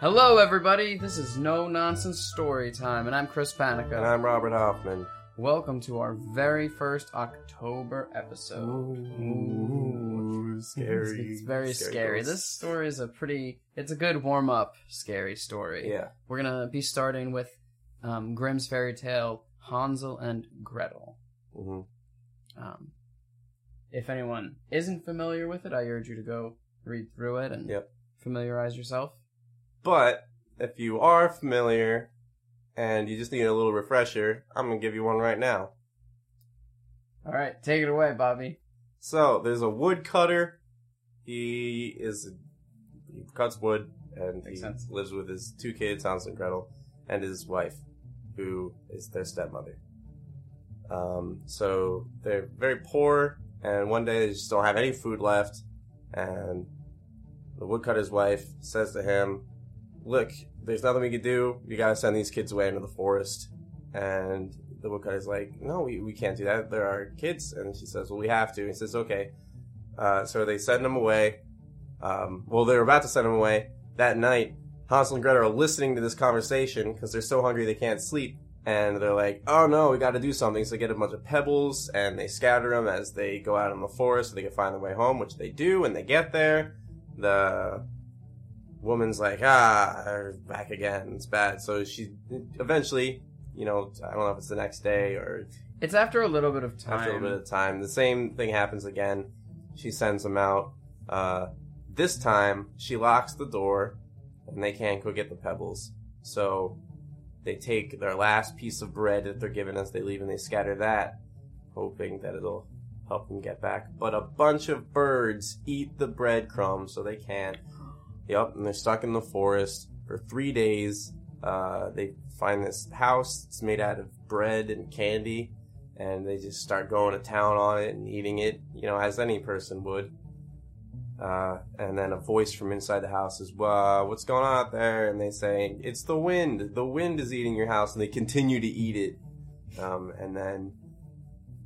Hello, everybody. This is No Nonsense Story Time, and I'm Chris Panica. And I'm Robert Hoffman. Welcome to our very first October episode. Ooh, It's, it's very scary. ghosts. This story is a pretty, it's a good warm up scary story. Yeah. We're going to be starting with um, Grimm's fairy tale Hansel and Gretel. hmm Um, if anyone isn't familiar with it, I urge you to go read through it and Yep. familiarize yourself. But if you are familiar and you just need a little refresher, I'm going to give you one right now. All right, take it away, Bobby. So there's a woodcutter. He is he cuts wood and Makes he sense. lives with his two kids, Hansel and Gretel, and his wife, who is their stepmother. Um, so they're very poor, and one day they just don't have any food left, and the woodcutter's wife says to him, "Look, there's nothing we can do. You gotta send these kids away into the forest." And the woodcutter's like, "No, we, we can't do that. They're our kids." And she says, "Well, we have to." He says, "Okay." Uh, so they send them away. Um, well, they're about to send them away that night. Hansel and Gretel are listening to this conversation because they're so hungry they can't sleep, and they're like, "Oh no, we got to do something." So they get a bunch of pebbles and they scatter them as they go out in the forest so they can find their way home, which they do. When they get there, the woman's like, "Ah, they're back again. It's bad." So she eventually, you know, I don't know if it's the next day or It's after a little bit of time. after a little bit of time. The same thing happens again. She sends them out. Uh, this time, she locks the door, and they can't go get the pebbles. So they take their last piece of bread that they're given as they leave, and they scatter that, hoping that it'll help them get back. But a bunch of birds eat the breadcrumbs, so they can't. Yep, and they're stuck in the forest for three days. Uh, they find this house. It's made out of bread and candy and they just start going to town on it and eating it, you know, as any person would. Uh, and then a voice from inside the house is, "Well, what's going on out there?" And they say, "It's the wind. The wind is eating your house." And they continue to eat it. Um, and then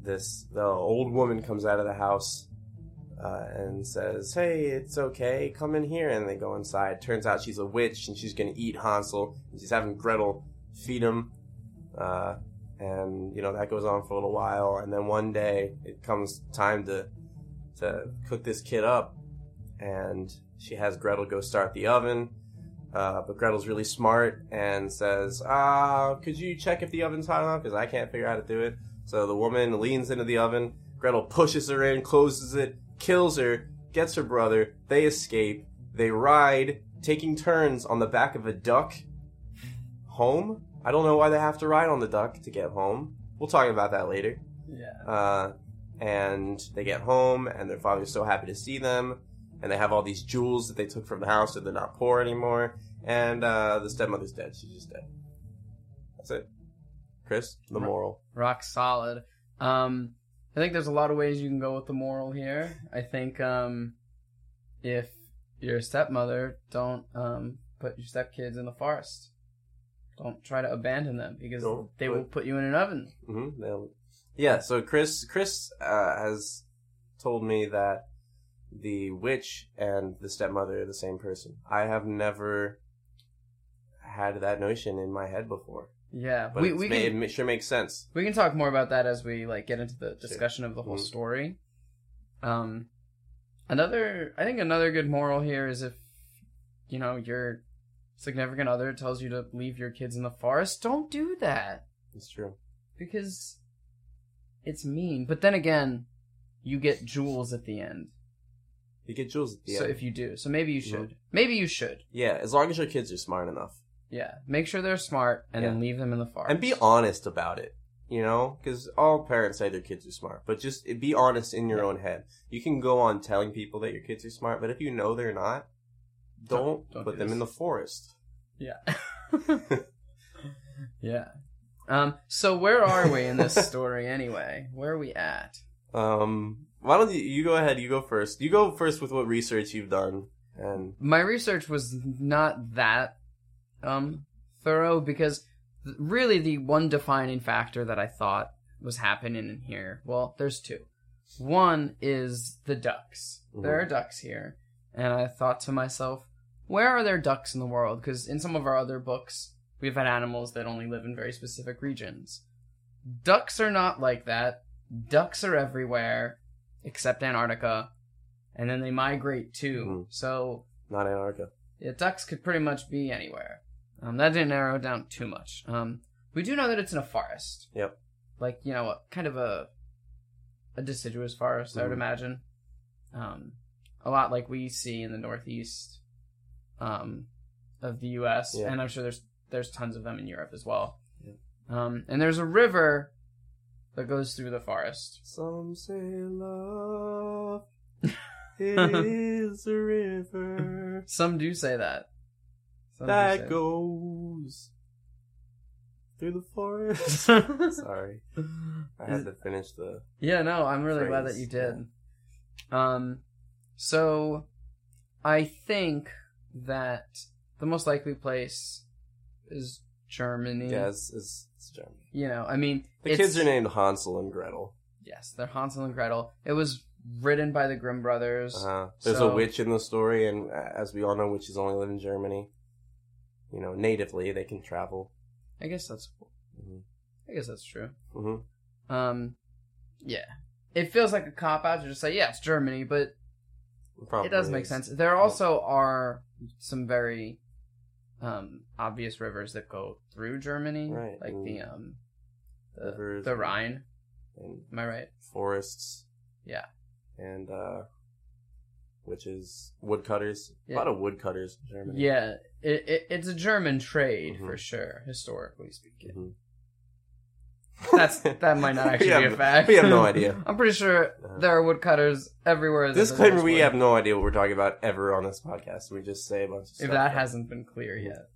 this the old woman comes out of the house uh, and says, "Hey, it's okay. Come in here." And they go inside. Turns out she's a witch and she's going to eat Hansel. And she's having Gretel feed him. Uh, and you know that goes on for a little while and then one day it comes time to to cook this kid up and she has gretel go start the oven uh, but gretel's really smart and says ah could you check if the oven's hot enough because i can't figure out how to do it so the woman leans into the oven gretel pushes her in closes it kills her gets her brother they escape they ride taking turns on the back of a duck home i don't know why they have to ride on the duck to get home we'll talk about that later Yeah. uh, and they get home, and their father's so happy to see them, and they have all these jewels that they took from the house, so they're not poor anymore. And uh, the stepmother's dead; she's just dead. That's it. Chris, the Right. moral. Rock solid. Um, I think there's a lot of ways you can go with the moral here. I think um, if your stepmother, don't um, put your stepkids in the forest. Don't try to abandon them because Don't they put- will put you in an oven. Mm-hmm. Yeah. So Chris, Chris uh, has told me that the witch and the stepmother are the same person. I have never had that notion in my head before, Yeah, but we it's we ma- can, it ma- sure makes sense. we can talk more about that as we like get into the discussion of the whole Mhm. story. Um, another, I think another good moral here is if you know your significant other tells you to leave your kids in the forest, don't do that It's true. because it's mean. But then again, you get jewels at the end. You get jewels at the So end. if you do, so maybe you Mhm. should. Maybe you should. Yeah, as long as your kids are smart enough. Yeah, make sure they're smart and then Yeah. leave them in the forest And be honest about it, you know? Because all parents say their kids are smart, but just eh, be honest in your own head. You can go on telling people that your kids are smart, but if you know they're not, Don't- don't, don't put do them this. in the forest. Yeah. yeah. Um, so where are we in this story anyway? Where are we at? Um, why don't you, you go ahead? You go first. You go first with what research you've done. And My research was not that um thorough because th- really the one defining factor that I thought was happening in here, well, there's two. One is the ducks. There are ducks here, and I thought to myself, where are there ducks in the world? Because in some of our other books, we've had animals that only live in very specific regions. Ducks are not like that. Ducks are everywhere except Antarctica, and then they migrate too. Mhm. So Not Antarctica. yeah, ducks could pretty much be anywhere. Um, that didn't narrow it down too much. Um, we do know that it's in a forest. Yep. Like you know, a, kind of a a deciduous forest, I would Mhm. imagine. Um, a lot like we see in the Northeast um, of the U.S., Yeah. and I'm sure there's there's tons of them in Europe as well. Yeah. Um, and there's a river that goes through the forest. Some say love is a river Some do say that. Some do say that that. goes through the forest. Sorry, I had to finish the. Yeah, no, I'm really glad that phrase, you did. Um, so I think that the most likely place is Germany. Yeah, it's, it's, it's German. You know, I mean, The Mm. it's- kids are named Hansel and Gretel. Yes, they're Hansel and Gretel. It was written by the Grimm brothers. Uh, there's so- a witch in the story, and uh, as we all know, witches only live in Germany. You know, natively they can travel. I guess that's. Mhm. I guess that's true. hmm Um, yeah, it feels like a cop out to just say, yeah, it's Germany, but it does make sense. There also are some very um, obvious rivers that go through Germany, Right, like and the um, the, rivers the and- Rhine. And Am I right? forests. Yeah. And uh, witches, woodcutters. Yeah. A lot of woodcutters in Germany. Yeah, it, it, it's a German trade for Mhm. sure, historically speaking. Mhm. That's that might not We actually have- be a fact. we have no idea. I'm pretty sure Uh, there are woodcutters everywhere. that Disclaimer: does We wood, have no idea what we're talking about ever on this podcast. We just say a bunch of If stuff. that hasn't been clear yet,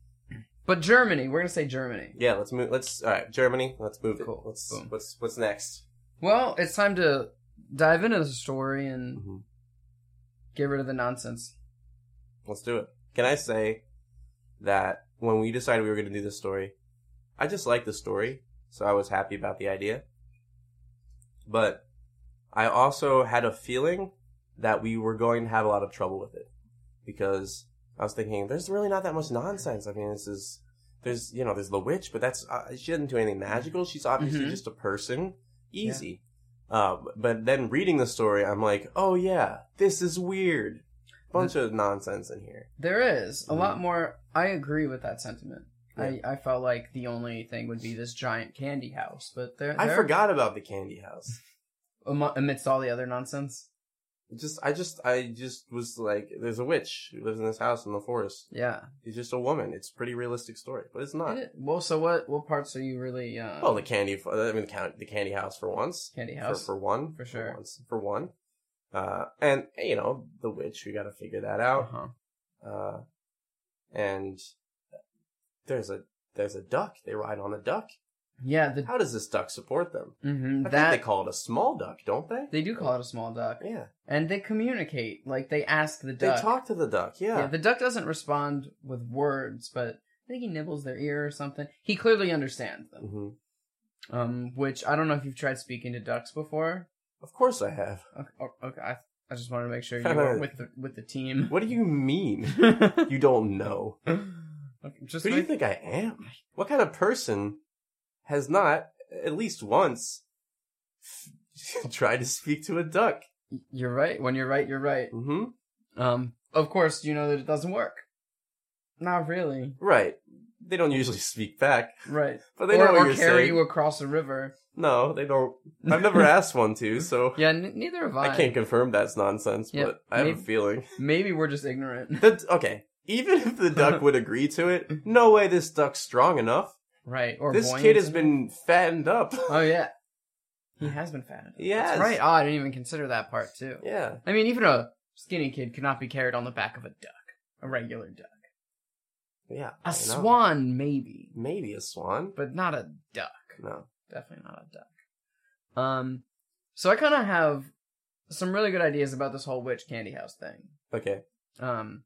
but Germany, we're gonna say Germany. yeah, let's move. Let's all right, Germany. Let's move. Cool. It. Let's Boom. what's what's next? Well, it's time to dive into the story and Mhm. get rid of the nonsense. Let's do it. Can I say that when we decided we were going to do this story, I just liked the story, so I was happy about the idea. But I also had a feeling that we were going to have a lot of trouble with it because I was thinking there's really not that much nonsense. I mean, this is there's you know there's the witch, but that's uh, she doesn't do anything magical. She's obviously Mhm. just a person. Easy. Uh, but then reading the story, I'm like, oh yeah, this is weird. Bunch of nonsense in here. There is a lot Mhm. more. I agree with that sentiment. I, I felt like the only thing would be this giant candy house, but there, I there- forgot about the candy house. amo- amidst all the other nonsense. Just, I just, I just was like, there's a witch who lives in this house in the forest. Yeah. She's just a woman. It's a pretty realistic story, but it's not. Did it- Well, so what? What parts are you really? Uh, Well, the candy, I mean, the can- the candy house for once, candy for, house. for one, For sure. once, for one. Uh, and you know, the witch, we got to figure that out. Uh-huh. Uh, and there's a there's a duck. They ride on a duck. Yeah. The How does this duck support them? hmm I that think they call it a small duck, don't they? they do call it a small duck, Yeah, and they communicate. Like they ask the duck. they talk to the duck. Yeah, Yeah. The duck doesn't respond with words, but I think he nibbles their ear or something. He clearly understands them. hmm Um, which I don't know if you've tried speaking to ducks before. Of course I have. Okay, oh, okay I, I just wanted to make sure you were with the with the team. What do you mean? Okay, You don't know. just Who do you make- think I am? What kind of person has not, at least once, tried to speak to a duck? you're right. When you're right, you're right. hmm Um, of course, you know that it doesn't work. Not really, Right. They don't usually speak back, right? but they or know what or you're carry saying. you across a river. No, they don't. I've never asked one to, so Yeah, n- neither have I. I can't confirm that's nonsense, Yeah, but I have maybe- a feeling. Maybe we're just ignorant, That, okay. Even if the duck would agree to it, no way this duck's strong enough. right? Mm-hmm. Or this buoyant. kid has been fattened up. Oh yeah, he has been fattened. Yes. That's right. Oh, I didn't even consider that part too. Yeah. I mean, even a skinny kid could not be carried on the back of a duck, a regular duck. Yeah. I A know. swan, maybe, Maybe a swan. but not a duck. No. Definitely not a duck. Um, so I kind of have some really good ideas about this whole witch candy house thing. Okay. Um,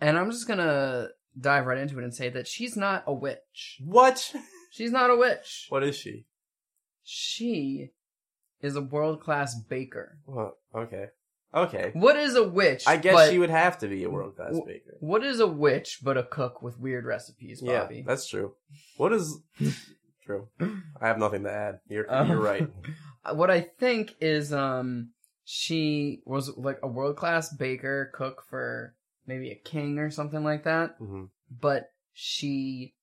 and I'm just gonna dive right into it and say that she's not a witch. What? She's not a witch. What is she? She is a world class baker. Well, okay. Okay. What is a witch? I guess but- she would have to be a world class W- baker. What is a witch but a cook with weird recipes, Yeah, Bobby? that's true. What is true? I have nothing to add. You're Um, you're right. What I think is, um, she was like a world class baker, cook for maybe a king or something like that, hmm but she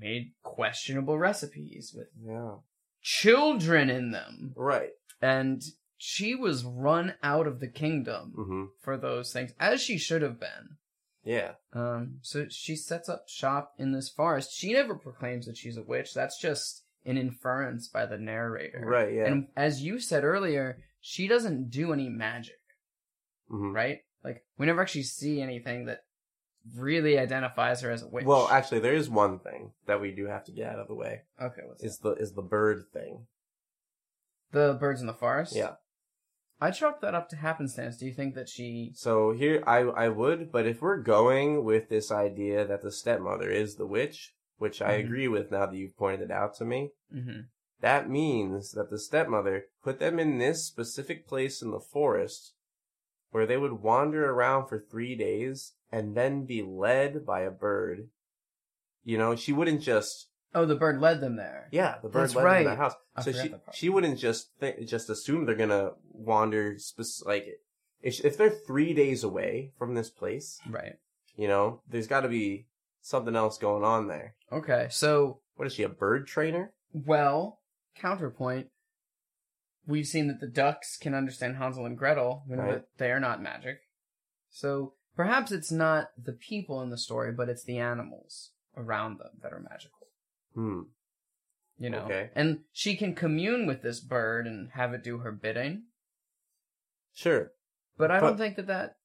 made questionable recipes with Yeah, children in them. right. And she was run out of the kingdom hmm for those things, as she should have been. Yeah, Um, so she sets up shop in this forest. She never proclaims that she's a witch. That's just an inference by the narrator. right. Yeah, And as you said earlier, she doesn't do any magic, Mhm. right? Like we never actually see anything that really identifies her as a witch. Well, actually, there is one thing that we do have to get out of the way. okay, what's Is the is the bird thing? the birds in the forest? Yeah. I chalked that up to happenstance. Do you think that she? So here, I I would, but if we're going with this idea that the stepmother is the witch, which I Mhm. agree with now that you've pointed it out to me, hmm That means that the stepmother put them in this specific place in the forest where they would wander around for three days and then be led by a bird. You know, she wouldn't just, Oh, the bird led them there. yeah, the bird That's led them to right. the house. I so forgot she, that part. she wouldn't just th- just assume they're gonna wander, spec- like, if, if they're three days away from this place, Right. you know, there's gotta be something else going on there. Okay. So What is she, a bird trainer? Well, counterpoint. We've seen that the ducks can understand Hansel and Gretel. We know Right. that they are not magic. So perhaps it's not the people in the story, but it's the animals around them that are magical. Hmm. You know? Okay. And she can commune with this bird and have it do her bidding, Sure. but I don't But- think that that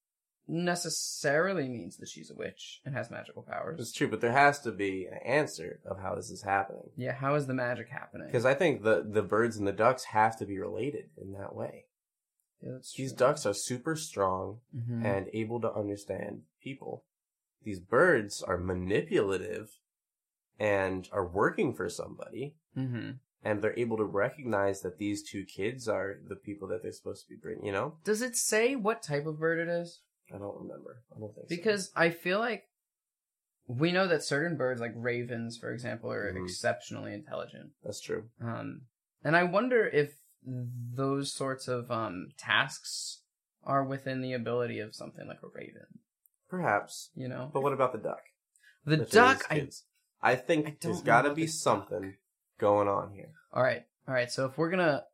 necessarily means that she's a witch and has magical powers. It's true, but there has to be an answer of how this is happening. Yeah, how is the magic happening? Because I think the, the birds and the ducks have to be related in that way. Yeah, that's These true. ducks are super strong Mhm. and able to understand people. These birds are manipulative and are working for somebody, Mhm. and they're able to recognize that these two kids are the people that they're supposed to be bringing, you know? Does it say what type of bird it is? I don't remember. I don't think so. Because I feel like we know that certain birds, like ravens, for example, are Mhm. exceptionally intelligent. That's true. Um, and I wonder if those sorts of um, tasks are within the ability of something like a raven. Perhaps. You know, But what about the duck? the Which are duck. these I kids? I, I think don't there's know got to about be the duck. something going on here. all right, all right. So if we're gonna,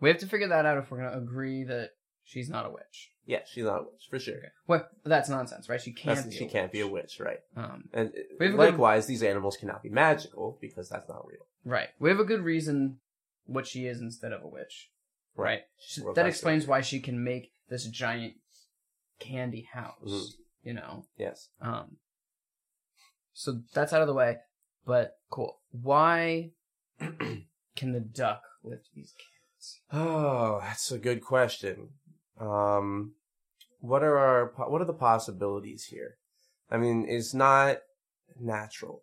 we have to figure that out. If we're gonna agree that she's not a witch. Yeah, she's not a witch for sure. Okay. Well, that's nonsense, right? She can't. That's- be she a can't witch. be a witch, right? Um, And We have a good- likewise, these animals cannot be magical because that's not real. Right. We have a good reason what she is instead of a witch. Right. Right. She's She- world that class explains why she can make this giant candy house, Mhm. you know. Yes, Um So that's out of the way, but cool. Why can the duck lift these kids? Oh, that's a good question. Um, what are our po- what are the possibilities here? I mean, it's not natural.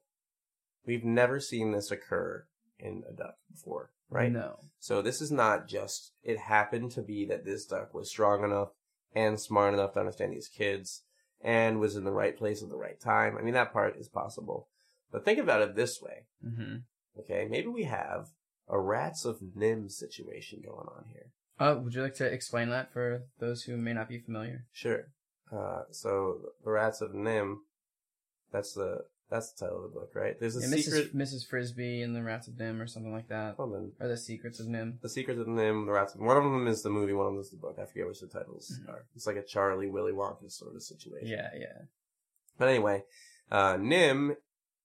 We've never seen this occur in a duck before, right? No. So this is not just it happened to be that this duck was strong enough and smart enough to understand these kids and was in the right place at the right time. I mean that part is possible. But think about it this way, hmm okay? Maybe we have a rats of Nim situation going on here. Uh, would you like to explain that for those who may not be familiar? Sure. Uh, so the rats of Nim, that's the that's the title of the book, right? There's a Yeah, secret. Mrs. Mrs. Frisbee and the Rats of Nim or something like that. Hold on. Or the Secrets of Nim. The Secrets of Nim, the Rats. One of them is the movie, one of them is the book. I forget which the titles Mhm. are. It's like a Charlie Willy Wonka sort of situation. Yeah, yeah. But anyway, uh, NIM,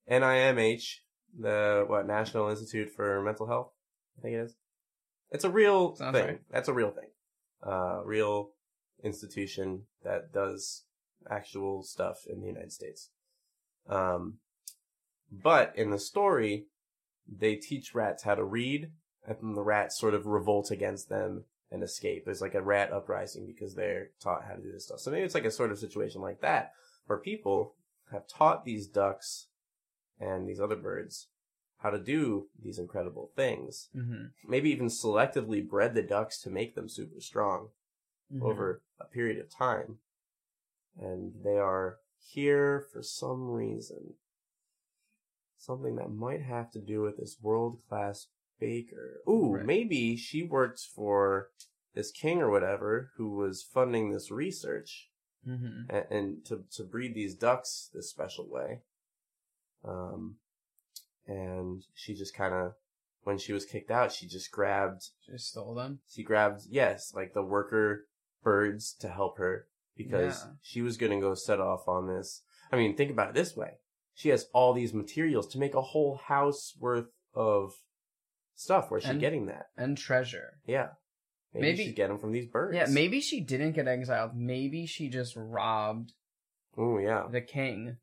N-I-M-H, the what National Institute for Mental Health, I think it is. It's a real Sounds thing. right. That's a real thing. Uh, real institution that does actual stuff in the United States. Um, but in the story, they teach rats how to read, and then the rats sort of revolt against them and escape. There's like a rat uprising because they're taught how to do this stuff. So maybe it's like a sort of situation like that, where people have taught these ducks and these other birds how to do these incredible things. hmm Maybe even selectively bred the ducks to make them super strong. Mhm. over a period of time. And they are here for some reason. Something that might have to do with this world class baker. Ooh, Right. maybe she worked for this king or whatever who was funding this research Mhm. and, and to, to breed these ducks this special way. Um, and she just kind of, when she was kicked out, she just grabbed Just stole them. she grabbed yes like the worker birds to help her because Yeah. she was going to go set off on this i mean think about it this way she has all these materials to make a whole house worth of stuff where's she And- getting that And treasure. yeah maybe, Maybe- she get them from these birds Yeah, maybe she didn't get exiled. Maybe she just robbed oh yeah the king.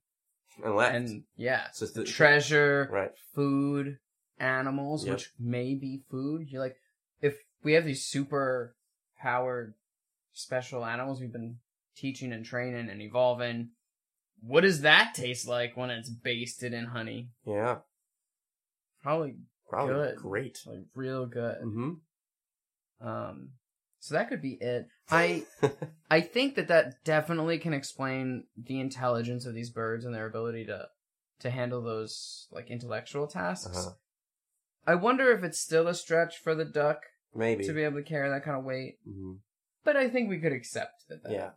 and left And yeah, So it's the- treasure, right food, animals, Yep. which may be food. You're like, if we have these super powered special animals we've been teaching and training and evolving, what does that taste like when it's basted in honey? yeah Probably probably Good. great like real good. mm-hmm Mm. Um, so that could be it. I I think that that definitely can explain the intelligence of these birds and their ability to to handle those like intellectual tasks. Uh-huh. I wonder if it's still a stretch for the duck maybe to be able to carry that kind of weight, hmm but I think we could accept that. that yeah Uh,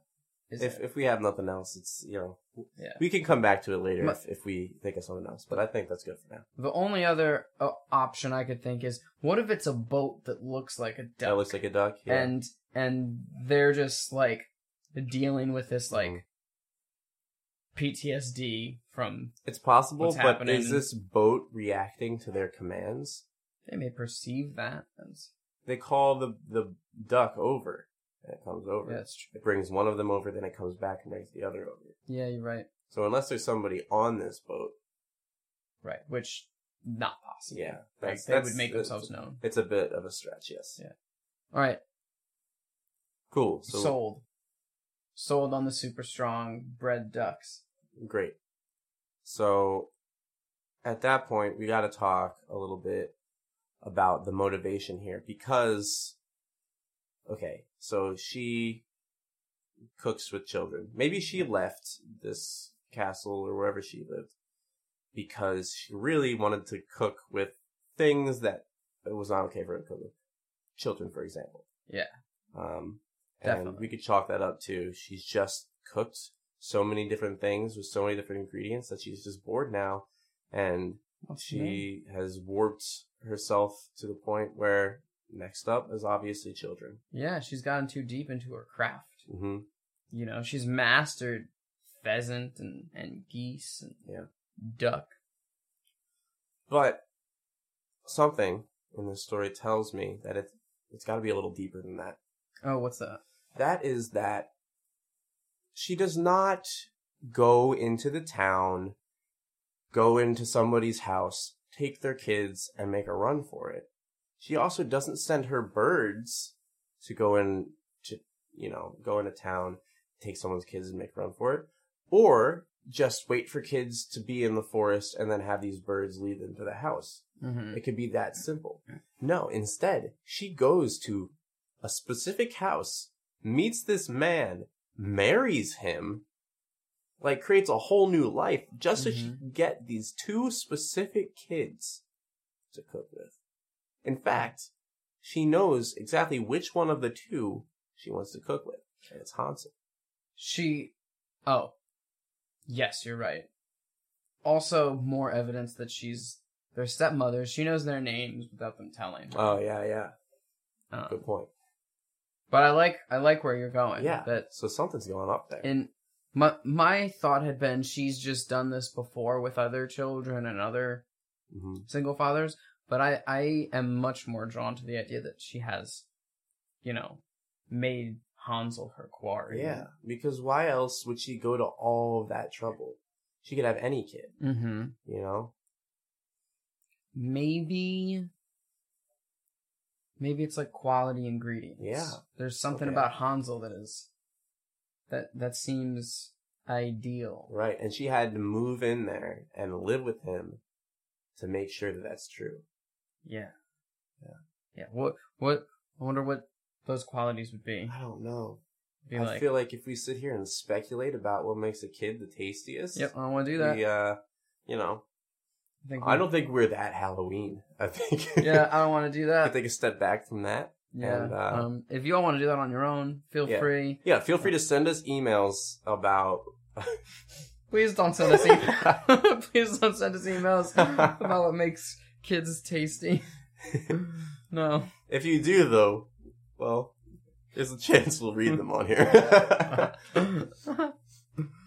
is if it. if we have nothing else it's you know Yeah. we can come back to it later Ma- if, if we think of something else but i think that's good for now the only other uh, option I could think is what if it's a boat that looks like a duck That looks like a duck. Yeah. and and they're just like dealing with this like Mhm. PTSD from it's possible, what's but happening- is this boat reacting to their commands? they may perceive that as They call the the duck over, and it comes over. yeah, that's true. It brings one of them over, then it comes back and brings the other over. Yeah, you're right. So unless there's somebody on this boat, Right, which not possible. yeah, Like, that's, they that's- would make that's- themselves known. It's a bit of a stretch, yes. Yeah. All right, Cool. So sold, sold on the super strong bred ducks. great. So at that point, we got to talk a little bit about the motivation here because, okay, so she cooks with children. Maybe she left this castle or wherever she lived because she really wanted to cook with things that it was not okay for her to cook with. Children, for example. Yeah. Um, and Definitely. we could chalk that up to she's just cooked so many different things with so many different ingredients that she's just bored now and What's the name? she has warped herself to the point where next up is obviously children. yeah, she's gotten too deep into her craft. hmm You know, she's mastered pheasant and and geese and Yeah. duck. But something in this story tells me that it, it's got to be a little deeper than that. Oh, what's that? That is that she does not go into the town, go into somebody's house, take their kids, and make a run for it. She also doesn't send her birds to go in to, you know, go into town, take someone's kids and make a run for it, or just wait for kids to be in the forest and then have these birds lead them to the house. hmm It could be that simple. No, instead, she goes to a specific house, meets this man, marries him, like creates a whole new life just so she Mhm. can get these two specific kids to cook with. In fact, she knows exactly which one of the two she wants to cook with, and it's Hansel. She. Oh. Yes, you're right. Also, more evidence that she's their stepmother. She knows their names without them telling. Oh yeah, yeah. Um, Good point. but I like I like where you're going. Yeah. That So something's going up there. and my my thought had been she's just done this before with other children and other hmm single fathers. But I I am much more drawn to the idea that she has, you know, made Hansel her quarry. Yeah, because why else would she go to all of that trouble? She could have any kid, Mm-hmm. you know? maybe maybe it's like quality ingredients. Yeah. There's something Okay. about Hansel that is that that seems ideal. Right. And she had to move in there and live with him to make sure that that's true. Yeah. Yeah. Yeah. What what I wonder what those qualities would be? I don't know. Be I like, feel like if we sit here and speculate about what makes a kid the tastiest, yep, I don't want to do that. we, uh, you know, I, think I we- don't think we're that Halloween. I think yeah, I don't want to do I that. take a step back from that. Yeah. and, uh, um, if you all want to do that on your own, feel Yeah. free. Yeah, feel free to send us emails about Please don't send us emails. Please don't send us emails about what makes kids tasty. no. If you do, though, well, there's a chance we'll read them on here.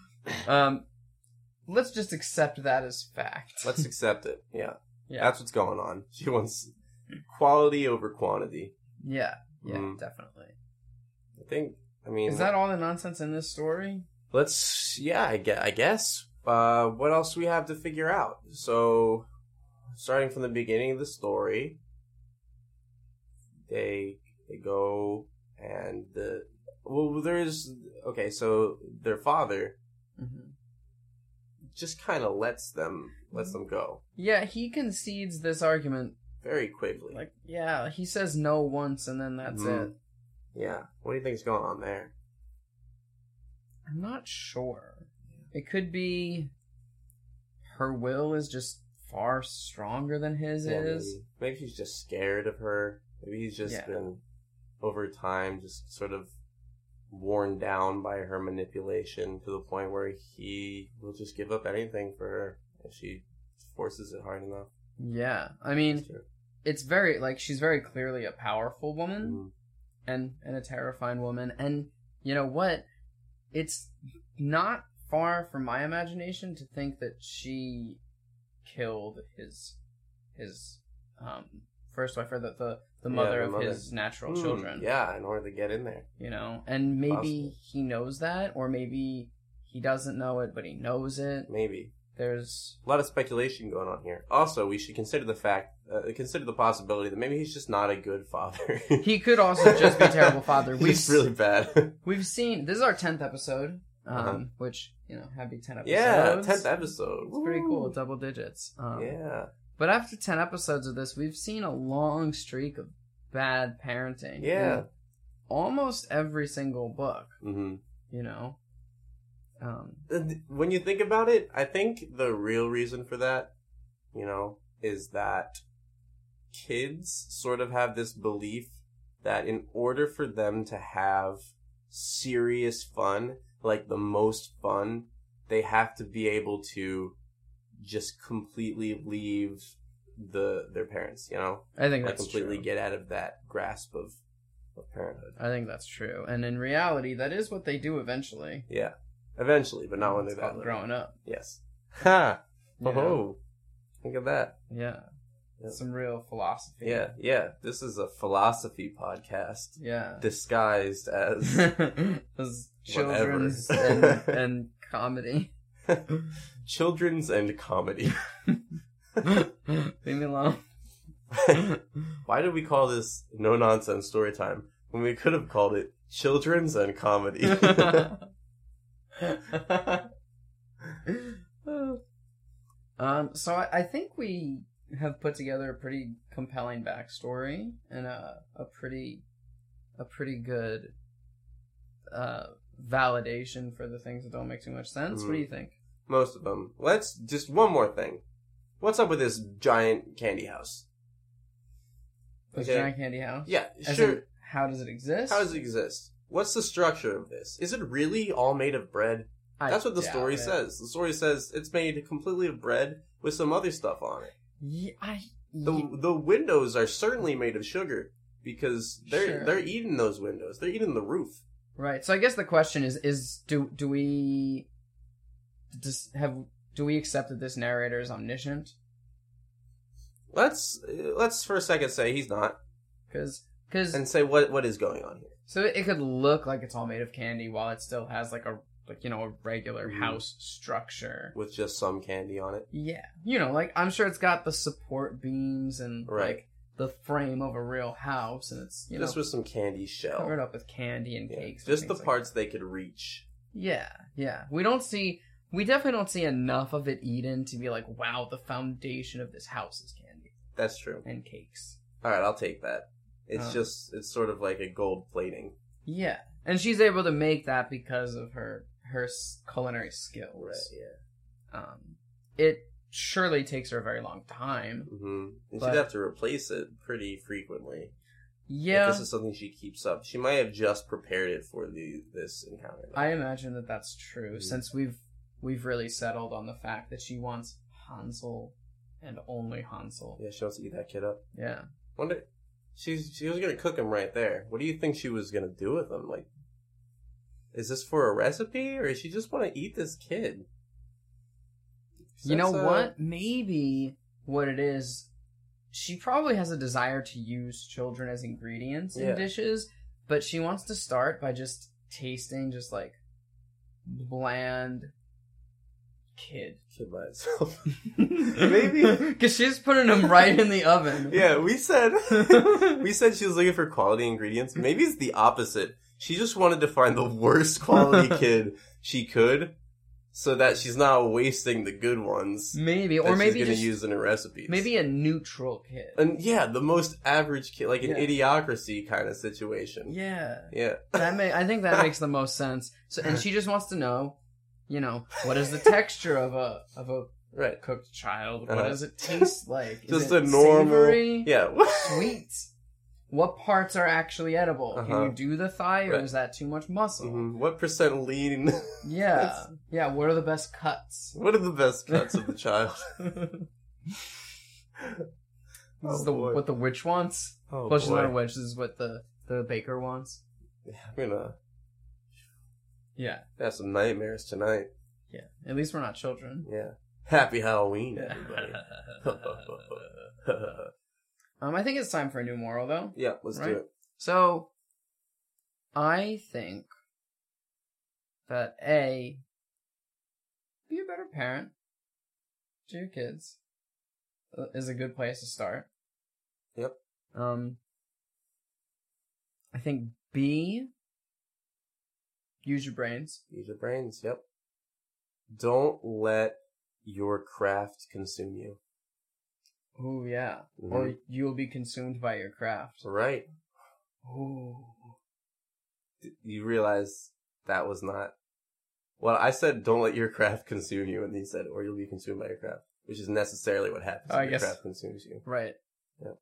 um, let's just accept that as fact. Let's accept it. Yeah. Yeah. That's what's going on. She wants quality over quantity. yeah, yeah, Mm. definitely. I think, I mean, Is that all the nonsense in this story? let's, yeah, I guess. I guess. Uh, what else do we have to figure out? So, starting from the beginning of the story, they, they go and the, well, there's, okay, so their father hmm just kind of lets them, lets them go. Yeah, he concedes this argument. very quickly. Like, yeah, he says no once, and then that's Mhm. it. yeah. What do you think's going on there? I'm not sure. It could be her will is just far stronger than his Yeah, is. Maybe, maybe he's just scared of her. Maybe he's just Yeah. been over time just sort of worn down by her manipulation to the point where he will just give up anything for her if she forces it hard enough. Yeah. I mean, Sure. it's very like she's very clearly a powerful woman Mm. and and a terrifying woman and you know what? It's not far from my imagination to think that she killed his his um first wife or the the, the Yeah, mother the of mother. his natural Mm, children. Yeah, in order to get in there. you know and maybe Possible. he knows that or maybe he doesn't know it but he knows it Maybe. there's A lot of speculation going on here. Also, we should consider the fact, uh, consider the possibility that maybe he's just not a good father. he could also just be a terrible father we've, he's really bad. we've seen this is our 10th episode um Uh-huh. which you know happy 10 episodes Yeah, tenth episode. it's pretty cool Woo. double digits um Yeah, but after 10 episodes of this we've seen a long streak of bad parenting in Yeah. almost every single book hmm you know um Uh, When you think about it, I think the real reason for that, you know, is that kids sort of have this belief that in order for them to have serious fun, like the most fun, they have to be able to just completely leave the their parents, you know, i think like that's completely true. get out of that grasp of, of parenthood. I think that's true. And in reality, that is what they do eventually. Yeah. Eventually, but not when It's they're that called little. growing up. Yes. Ha! you Oh, know? ho. look at that. Yeah. Yeah. Some real philosophy. Yeah, yeah. This is a philosophy podcast Yeah. disguised as As children's and, Whatever. and comedy. children's and comedy. Leave me alone. Why did we call this no nonsense story time when we could have called it children's and comedy? um, so I, I think we have put together a pretty compelling backstory and a, a pretty a pretty good uh, validation for the things that don't make too much sense. Mm. What do you think? Most of them. Let's just one more thing. What's up with this giant candy house? This Okay. giant candy house. Yeah, As sure. in, how does it exist? How does it exist? What's the structure of this? Is it really all made of bread? I That's what the doubt story it. says. The story says it's made completely of bread with some other stuff on it. Ye- I- The ye- the windows are certainly made of sugar because they're Sure. they're eating those windows. They're eating the roof. Right. So I guess the question is: is do do we just have do we accept that this narrator is omniscient? Let's uh, let's for a second say he's not Because because and say what what is going on here. so it could look like it's all made of candy while it still has like a like you know a regular Mhm. house structure. with just some candy on it. Yeah, you know, like I'm sure it's got the support beams and Right. like the frame of a real house, and it's you just know with some candy shell. covered up with candy and Yeah, cakes. and Just the things like parts they could reach. Yeah, yeah. We don't see. We definitely don't see enough of it eaten to be like, wow, the foundation of this house is candy That's true. and cakes. All right, I'll take that. It's Oh. just it's sort of like a gold plating, Yeah, and she's able to make that because of her her s- culinary right? skills. Yeah. Um, it surely takes her a very long time. hmm And But- she'd have to replace it pretty frequently. If Yeah, this is something she keeps up. She might have just prepared it for the this encounter. I imagine that that's true. Mhm. Since we've we've really settled on the fact that she wants Hansel and only Hansel. yeah, she wants to eat that kid up. Yeah. Wonder she's she was gonna cook him right there. What do you think she was gonna do with him? Like, is this for a recipe or is she just want to eat this kid? you know That's, uh, what? Maybe what it is, she probably has a desire to use children as ingredients Yeah. in dishes, but she wants to start by just tasting just like bland kid. Kid by itself. Maybe. Maybe because she's putting them right in the oven. yeah, we said we said she was looking for quality ingredients. Maybe it's the opposite. She just wanted to find the worst quality kid she could, so that she's not wasting the good ones. maybe, that or maybe she's gonna just use in her recipes. maybe a neutral kid. and yeah, the most average kid, like an Yeah. idiocracy kind of situation. yeah, Yeah. that may. I think that makes the most sense. So, and she just wants to know, you know, what is the texture of a of a Right. cooked child. Uh-huh. What does it taste like? Is Just it a normal. savory? Yeah. sweet. What parts are actually edible? Can Uh-huh. you do the thigh, or Right. is that too much muscle? Mhm. What percent lean? Yeah, That's- yeah. What are the best cuts? what are the best cuts of the child? this Oh, is the, boy. what the witch wants. Oh, Plus, she's boy. not a witch. This is what the the baker wants. I'm gonna Yeah, have some nightmares tonight. yeah. At least we're not children. Yeah. Happy Halloween, everybody. um, I think it's time for a new moral, though. yeah, let's Right. do it. So, I think that A, be a better parent to your kids uh, is a good place to start. Yep. Um, I think B, use your brains. Use your brains. Yep. Don't let your craft consume you. Oh, yeah. Or Mhm. you'll be consumed by your craft. Right. Ooh. D- You realize that was not. Well, I said don't let your craft consume you, and he said, or you'll be consumed by your craft, which is necessarily what happens Oh, when I your guess- craft consumes you. Right. Yep.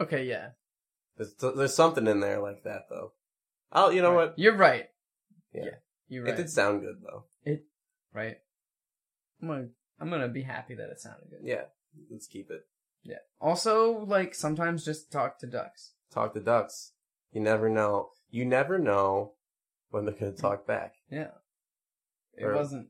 Okay, yeah. There's, there's something in there like that, though. Oh, you know Right. what? You're right. Yeah. You're right. It did sound good, though. right? I'm gonna I'm gonna be happy that it sounded good. Yeah, let's keep it. Also, like sometimes just talk to ducks. Talk to ducks. You never know. You never know when they're going to talk back. It Or- wasn't.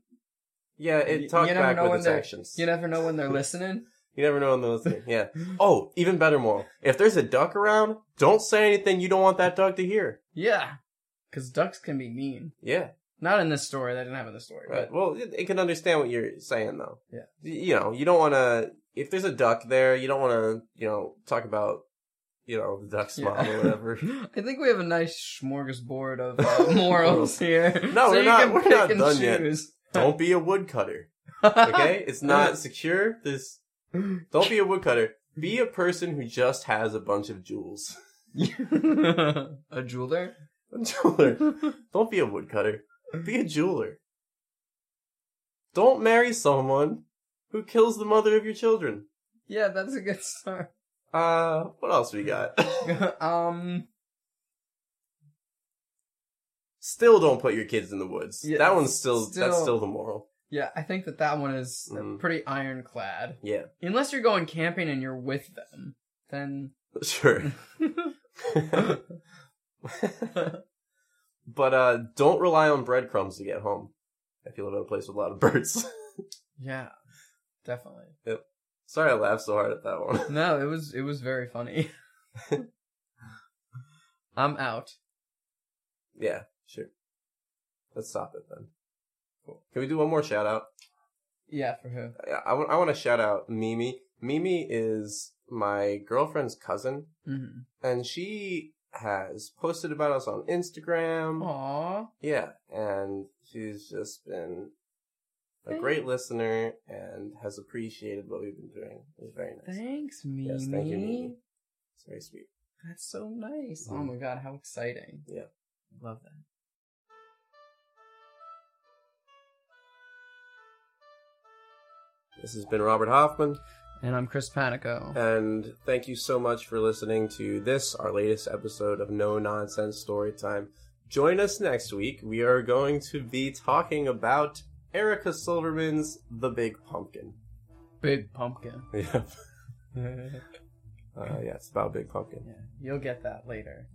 Yeah, You- it talked you never back know with when its they're- actions. You never know when they're listening. You never know when they're listening. Yeah. Oh, even better moral. If there's a duck around, don't say anything you don't want that duck to hear. Yeah, because ducks can be mean. Yeah. Not in this story. That didn't happen in this story. Right. Well, it, it can understand what you're saying though. Yeah. Y- You know, you don't want to. If there's a duck there, you don't want to. You know, talk about. You know, the duck's Yeah. mom or whatever. But I think we have a nice smorgasbord of uh, morals here. No, we're not- we're not done yet. choose. don't be a woodcutter. Okay, it's not secure. This. Don't be a woodcutter. Be a person who just has a bunch of jewels. a jeweler. A jeweler. Don't be a woodcutter. Be a jeweler. Don't marry someone who kills the mother of your children. Yeah, that's a good start. Uh, what else we got? um, still don't put your kids in the woods. Yeah, that one's still, that's still- still the moral. yeah, I think that that one is uh, Mhm. pretty ironclad. Yeah, Unless you're going camping and you're with them, then sure. but uh, don't rely on breadcrumbs to get home. If you live in a place with a lot of birds. yeah, definitely. Sorry, I laughed so hard at that one. No, it was it was very funny. I'm out. yeah, sure. Let's stop it then. Can we do one more shout out? Yeah, for who? I, I, want- I want to shout out Mimi. Mimi is my girlfriend's cousin, Mm-hmm. and she has posted about us on Instagram. Aww, Yeah, and she's just been a Thank- great listener and has appreciated what we've been doing. It's very nice. thanks, Mimi. Yes, thank you, Mimi. It's very sweet. That's so nice. Oh my god, how exciting. Yeah. Love that. This has been Robert Hoffman, And I'm Chris Panico. and thank you so much for listening to this, our latest episode of No Nonsense Storytime. Join us next week. We are going to be talking about Erica Silverman's The Big Pumpkin. Big pumpkin. Yep. Uh, yeah, it's about Big Pumpkin. Yeah, you'll get that later.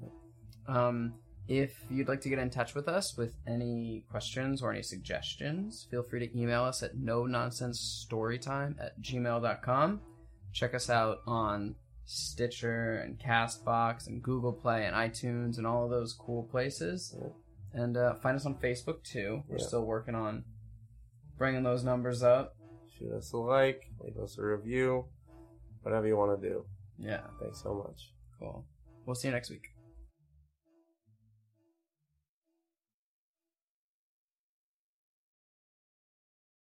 Um, if you'd like to get in touch with us with any questions or any suggestions, feel free to email us at no nonsense storytime at gmail.com. Check us out on Stitcher and Castbox and Google Play and iTunes and all of those cool places. And uh, find us on Facebook too. We're Yeah. still working on bringing those numbers up. Shoot us a like, leave us a review, whatever you want to do. Yeah, Thanks so much. cool. We'll see you next week.